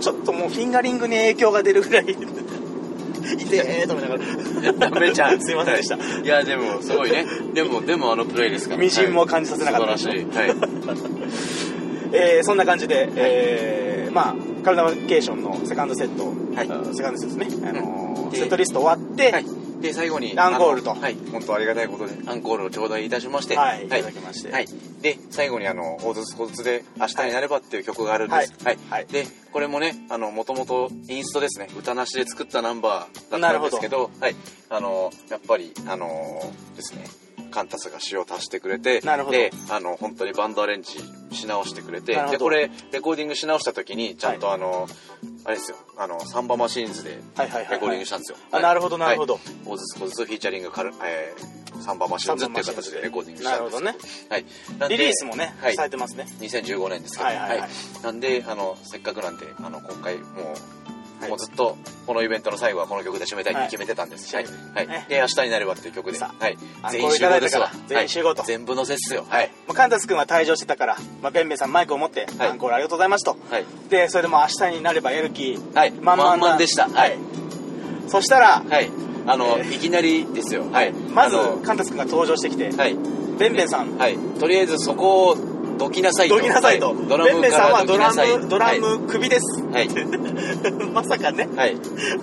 B: ちょっともうフィンガリングに影響が出るぐらい痛えーと思いながら
A: ダメじゃん
B: すいませんでした、
A: はいいやでもすごいねでもでもあのプレイですから
B: 微塵も感じさせなかった
A: はい素晴らしいはい
B: えーそんな感じで、えーまあ、カルナバケーションのセカンドセット、
A: はい
B: あセカンドセットですね、あのー
A: うん
B: セットリスト終わって、
A: はい、で最後に
B: アンコールと
A: あのはい、本当ありがたいことでアンコールを頂戴いたしまして
B: はいいただきまして
A: はい、で最後にあの「大津小津で明日になれば」っていう曲があるんです
B: は
A: はいい、
B: はい
A: でこれもねあのもともとインストですね歌なしで作ったナンバーだ
B: な
A: っ
B: る
A: たんで
B: ほど
A: すけどはいあのやっぱりあのですねカンタスが詞を足してくれて
B: なるほど
A: であの本当にバンドアレンジし直してくれて
B: なるほど
A: でこれレコーディングし直した時にちゃんとあの、あれですよあのサンバマシーンズで
B: はいはいはいはい
A: レコーディングしたんですよ、
B: あなるほどなるほど、
A: 大津小津フィーチャリングカル、えー、サンバマシンズっていう形でレコーディングしたんですけ
B: なるほ
A: はい、なんで
B: リリースもね、
A: はい
B: されてますね
A: 2015年ですけど、
B: はいはいはい
A: なんであのせっかくなんであの今回もう,、
B: はい
A: もうずっとこのイベントの最後はこの曲で締めたいって決めてたんです、
B: は
A: はいいはい
B: ね
A: で「明日になれば」っていう曲で、
B: さ
A: はい、
B: アンコール
A: 全員集合です
B: い
A: わ
B: ただいたから全員集合と
A: はい、全部のせっすよはい、
B: まあ、カンタス君は退場してたから、まあ、ベンベンさんマイクを持って、
A: はい
B: アンコールありがとうございますと、
A: はい
B: でそれでもう明日になればやる気
A: はい、
B: 満々だ
A: 満々でしたはい、
B: そしたら、
A: はい、あの、
B: えー
A: いきなりですよはい
B: まず
A: あの
B: カンタス君が登場してきて、
A: はい
B: ベンベンさん
A: はい、とりあえずそこをどきなさいと
B: どきなさいと、
A: はドラ
B: ベン
A: ム
B: ベン
A: か
B: さん
A: ら
B: は
A: どき
B: ド
A: な
B: ラ
A: さい
B: ムドラム首です、
A: はい
B: まさかね
A: はい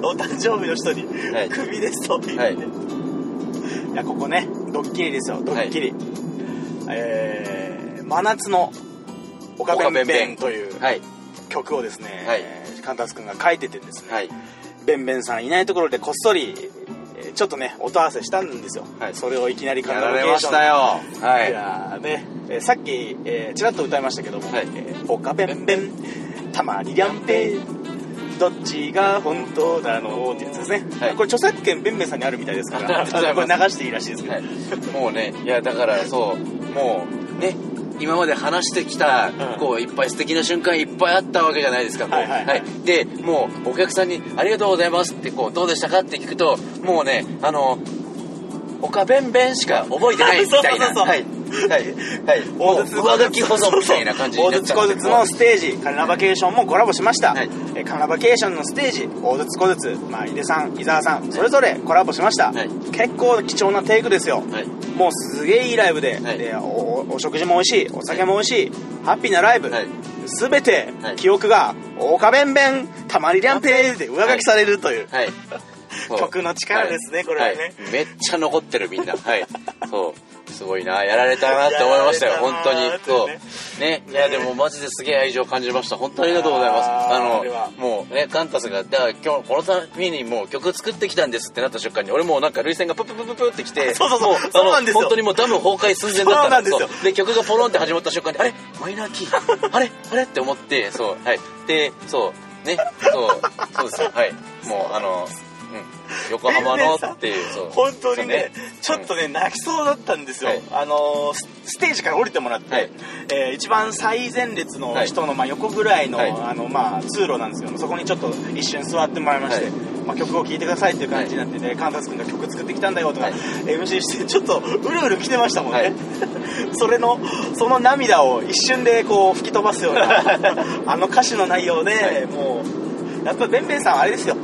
B: お誕生日の人に、
A: はい
B: クビですと言って、
A: はいい、
B: やここねドッキリですよドッキリ、えー真夏の岡
A: 岡べ
B: べん
A: ん
B: べ
A: べ
B: ん
A: ん
B: という
A: はい
B: 曲をですね、
A: はい
B: えーカンタス君が書いててですね、
A: はい
B: べんべんさんいないところでこっそりえーちょっとね音合わせしたんですよ、
A: はい
B: それをいきなりカン
A: や
B: タ
A: ら
B: ロケ
A: れ
B: ー
A: ま
B: ショ
A: し
B: ン
A: たよはいい
B: やーね、えーさっき、えー、ちらっと歌いましたけども、
A: はい
B: えー岡べんべん、たまにりゃんぺん、どっちが本当だのってやつですね、
A: はい
B: これ著作権べんべんさんにあるみたいです か
A: あり
B: ら、
A: がとうござい
B: こ
A: ま
B: れ
A: す
B: 流していいらしいですけど、
A: はい、もうねいやだからそうもうね今まで話してきた、
B: うん
A: こういっぱい素敵な瞬間いっぱいあったわけじゃないですかこう
B: はいはいはい
A: でもうお客さんに「ありがとうございます」ってこうどうでしたかって聞くともうねあの岡弁弁しか覚えてないみたいな
B: そうそうそう
A: はいはいはいもう上書き保存みたいな感じになっちゃ
B: 大
A: って
B: 津小津のステージカルナバケーションもコラボしました、
A: はい
B: えーカルナバケーションのステージ大津小津、まあ、井出さん伊沢さんそれぞれコラボしました、
A: はい
B: 結構貴重なテイクですよ、
A: はい
B: もうすげえいいライブで,、
A: はい
B: でおおお食事も美味しいお酒も美味しい、ハッピーなライブ、
A: はい
B: すべて
A: はい
B: 記憶が「岡弁弁たまりりゃんぺー」で上書きされるという、
A: はい。
B: 曲の力ですね
A: はい
B: これはね
A: いめっちゃ残ってるみんな。はい。そう。すごいな、やられたなって思いましたよ、
B: やられ
A: 本
B: た
A: 当
B: な
A: に
B: ー。
A: そう。ね、いや、でもマジですげえ愛情感じました。本当ありがとうございます。
B: あーあ
A: あ
B: れは
A: の、もうね、カンタスが、だから今日このためにもう曲作ってきたんですってなった瞬間に、俺もうなんか涙腺がプップップップってきて、
B: そうそうそう
A: もあの
B: そうなんですよ
A: 本当にもうダム崩壊寸前だった
B: そうなんですよ
A: そうで、曲がポロンって始まった瞬間に、あれマイナーキーあれあれって思って、そう、はい。で、そう、ね、そう、そうですよ、はい。もう、あの、横浜のっていうそう
B: 本当にねち
A: そう
B: ょっとね、泣きそうだったんですよ、
A: はい
B: あのースステージから降りてもらって、
A: はい
B: えー一番最前列の人の、まあ、横ぐらいの,、
A: はい
B: あのまあ、通路なんですけどそこにちょっと一瞬座ってもらいまして、
A: はい
B: まあ、曲を聴いてくださいっていう感じになってて、カンタス君が曲作ってきたんだよとか、
A: はい
B: MC してちょっとうるうる来てましたもんね、
A: はい
B: それのその涙を一瞬でこう吹き飛ばすよう なあの歌詞の内容で、
A: はい
B: もうやっぱべんべんさんはあれですよ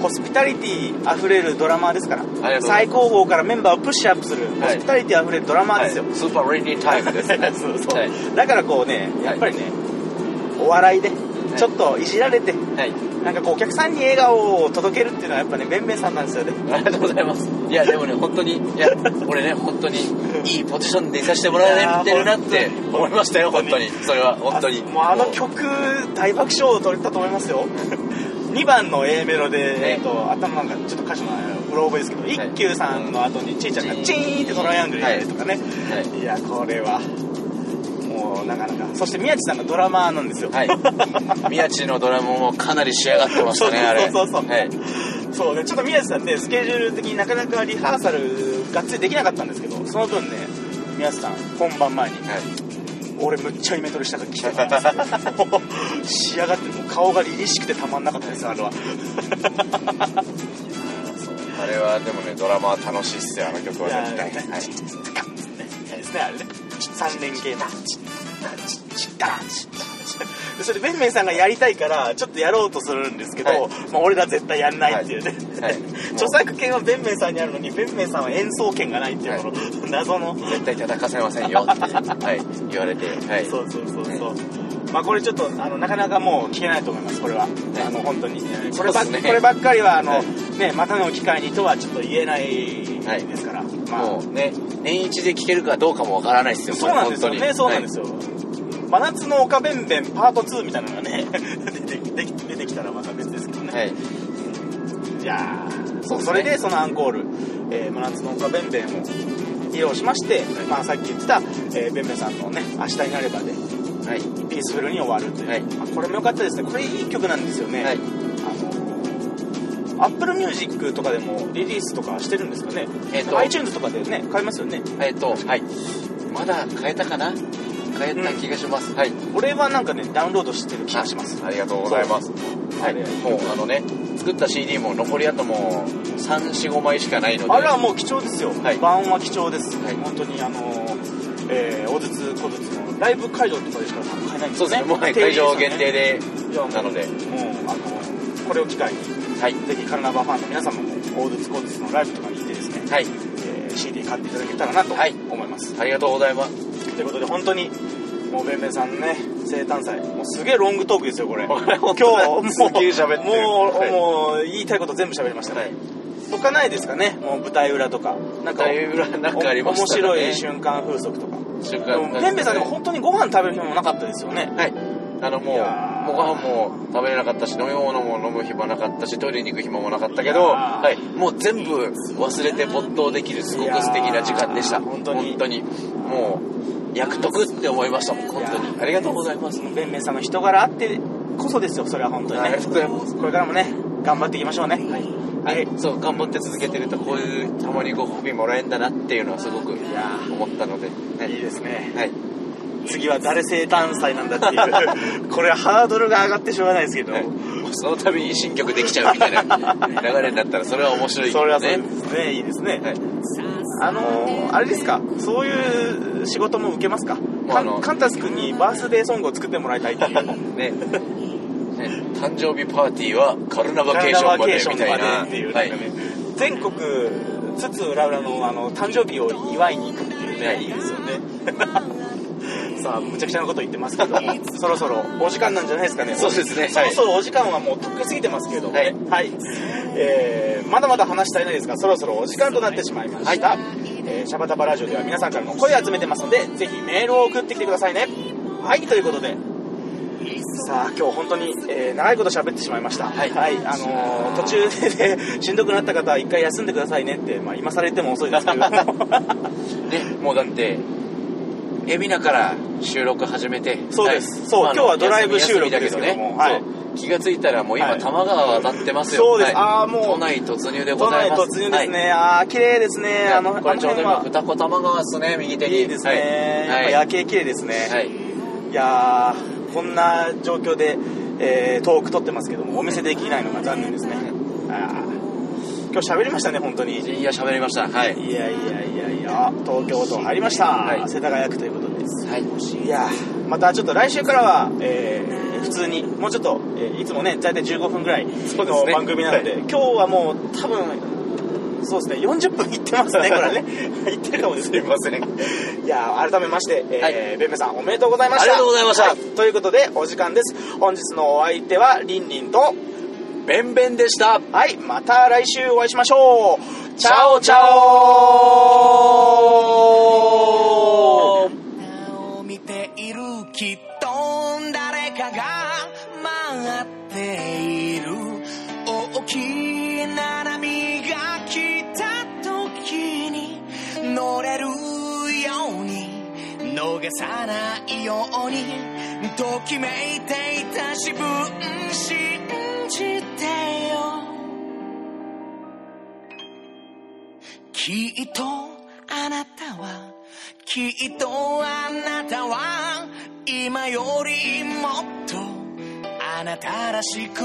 B: ホスピタリティあふれるドラマーですから
A: ざいます
B: 最高峰からメンバーをプッシュアップする、
A: い
B: ホスピタリティあふれるドラマ
A: は
B: ーで
A: い
B: す
A: ス
B: よ、
A: ーパーレイニータイムです
B: そうそう、
A: はい
B: だからこうねやっぱりね、お笑いでちょっといじられて、
A: はい
B: なんかこうお客さんに笑顔を届けるっていうのはやっぱねべんべんさんなんですよね
A: ありがとうございます。いや、でもね、本当に、いや、俺ね、本当に、いいポジションでいさせてもらってるなって思いましたよ、
B: 本
A: 本
B: 当
A: 当
B: に
A: に。それは、本当に。
B: もうあの曲大爆笑を取れたと思いますよ 2番の A メロで、
A: ね
B: えっと頭なんかちょっと歌詞のうろ覚えですけど、一休さんの後にちいちゃんがチーンってトライアングルやるとかね、、
A: はい
B: やこれはもうなかなかそして宮地さんがドラマーなんですよ、
A: はい。宮地のドラムもかなり仕上がってましたね、あれ。
B: そうそうそうそう
A: はい。
B: そうねちょっと宮地さんねスケジュール的になかなかリハーサルがっつりできなかったんですけどその分ね宮地さん本番前に俺むっちゃイメトレしたから来てたもう仕上がってもう顔が凛々しくてたまんなかったですあれは
A: あれは、でもね、ドラマは楽しいっすよ、あの曲は絶対。
B: いやー
A: はい
B: ですねあれね3連携のでそれベンメンさんがやりたいからちょっとやろうとするんですけど、
A: はい
B: まあ、俺ら絶対やんないっていうね、
A: はいはい
B: 著作権はベンメンさんにあるのにベンメンさんは演奏権がないっていうこの、謎の
A: 絶対叩かせませんよ って、はい、言われて。はい。
B: そうそうそうそう、まあこれちょっとあのなかなかもう聞けないと思いますこれは、あの本当にこれば
A: そう
B: っ
A: っすね
B: こればっかりはあの、
A: はい
B: ねまたの機会にとはちょっと言えないですから、まあ
A: もうね、年一で聴けるかどうかもわからないっすよ、
B: そうなんですよ
A: これ
B: ねそうなんですよ、真夏の岡弁弁パート2みたいなのがね 出てでき出てきたらまた別ですけどね、
A: はい。はい
B: じゃあそ
A: そううですね
B: それでそのアンコール「えー真夏の丘べんべん」を披露しまして、まあ、さっき言ってた、えー、べんべんさんのね「明日になれば」で
A: はい。
B: ピースフルに終わるという、
A: はい
B: まあこれも良かったですねこれいい曲なんですよね、
A: はい
B: あのアップルミュージックとかでもリリースとかしてるんですかね、
A: えっと
B: iTunes とかでね買えますよね
A: えっと、はい。まだ変えたかな変えた気がします。はい。
B: 俺はなんかねダウンロードしてる気がします
A: あありがとうございます。はい。もうあのね、作った CD も残りあともう3、4、5枚しかないので。
B: あれはもう貴重ですよ、
A: はい
B: 晩は貴重です、
A: はい
B: 本当にあのーえー、おずつ小ずつのライブ会場とかでしか買えないんです
A: そう
B: よね
A: ですね。もうはい会場限定
B: で
A: で
B: いやもう
A: なので。
B: もうあのーこれを機会に
A: はい。
B: ぜひカルナバファンの皆さんも大筒小筒のライブとかに行ってですね、
A: はい。
B: えー CD 買っていただけたらなと
A: はい
B: 思います、
A: ありがとうございます。
B: ということで本当にもうべんべんさんね生誕祭もうすげえロングトークですよこ れ
A: これ
B: 今
A: 本
B: 日
A: 当
B: もう
A: だすげえ喋ってる
B: もう,、
A: はい
B: もう言いたいこと全部喋りましたね、
A: はい。
B: 他ないですかねもう舞台裏とかなんか
A: 舞台裏なんかありました
B: お
A: かね
B: 面白い瞬間風速とか
A: 瞬
B: でもべんべんさんでも
A: はい
B: 本当にご飯食べる日もなかったですよね
A: はい。あのもう、
B: い
A: も
B: やー
A: うご飯も食べれなかったし、飲み物も飲む暇なかったし、トイレに行く暇もなかったけ
B: い
A: ど、
B: やー
A: はい。もう全部忘れて没頭できる、すごく素敵な時間でし
B: い
A: た。
B: やー本当に
A: もう、役得って思いましたもん、本当
B: いや
A: に。ありがとうございます。
B: べんべんさんの人柄あってこそですよそれは本当に
A: あ
B: ね
A: りがとうございます
B: これからもね頑張っていきましょうねはい、
A: はい、そう、頑張って続けてると、こういう、たまにご褒美もらえんだなっていうのはすごく
B: や、
A: 思ったので、はい
B: い
A: い。
B: ですね
A: はい。
B: 次は誰生誕祭なんだって いうこれはハードルが上がってしょうがないですけど、
A: はいもうその度に新曲できちゃうみたいな流れになったら、それは面白いけ
B: そ
A: ど
B: れはそう
A: ね。
B: ですねいいですね、
A: はい
B: あのーあれですかそういう仕事も受けますか
A: う
B: カ
A: あの
B: ンカンタス君にバースデーソングを作ってもらいたいっていう
A: ね。ね 誕生日パーティーはカルナバケーションまでみたいな。
B: っていう、
A: はい
B: なんかね全国津々浦々のあの誕生日を祝いに行くっていうね、、
A: はいい
B: いですよね さあむちゃくちゃなこと言ってますけ どもそろそろお時間なんじゃないですかね
A: そうですね
B: そろそろお時間はもうとっくに過ぎてますけれどもねはい、えーまだまだ話したいないですがそろそろお時間となってしまいました、えーシャバダバラジオでは皆さんからの声を集めてますのでぜひメールを送ってきてくださいねはいということでさあ今日本当に、えー長いこと喋ってしまいましたはい、あのー途中で、ね、 しんどくなった方は一回休んでくださいねって、まあ、今されても遅いですけど
A: ね、もうだって、海老名から収録始めて、
B: そうです
A: はい
B: そう
A: まあ
B: 今日はドライブ収録ですけども
A: 休み休みだ
B: はい
A: けどね気がついたらもう今、
B: はい
A: 多摩川渡ってますよ
B: そうです
A: はい
B: あーもう
A: 都内突入でご
B: 都
A: ざ
B: 内
A: います
B: 突入ですね、ああ綺麗ですね、
A: はい
B: あの
A: これちょうど
B: あの
A: 今
B: 辺
A: 二
B: は
A: 子玉川ですね右手に
B: いいですね、
A: はい
B: やっ
A: は
B: ぱ夜景綺麗ですね、
A: い、はい、
B: い、やーこんな状況で、えー、トーク撮ってますけどもお見せできないのが残念ですね、あー今日喋りましたね本当に
A: いや喋りましたはい
B: いやいやいやいや東京都入りました、
A: はい
B: 世田谷区ということです
A: はい
B: いやーまたちょっと来週からは、えー普通にもうちょっと、えーいつもね大体15分ぐらい
A: そうです
B: の
A: ね
B: 番組なので
A: は
B: 今日はもう多分そうですね40分いってますねこれね いってるかもですねすいませんいやー改めまして、えー
A: はい
B: べんべさんおめでとうございました
A: ありがとうございました
B: はということでお時間です本日のお相手はりんりんと
A: ベンベンでした
B: はいまた来週お会いしましょうチャオチャオ
C: を見ているきっと誰かが待っている大きな波が来た時に乗れるように逃さないようにときめいていた自分信じてよきっとあなたはきっとあなたは今よりもっとあなたらしく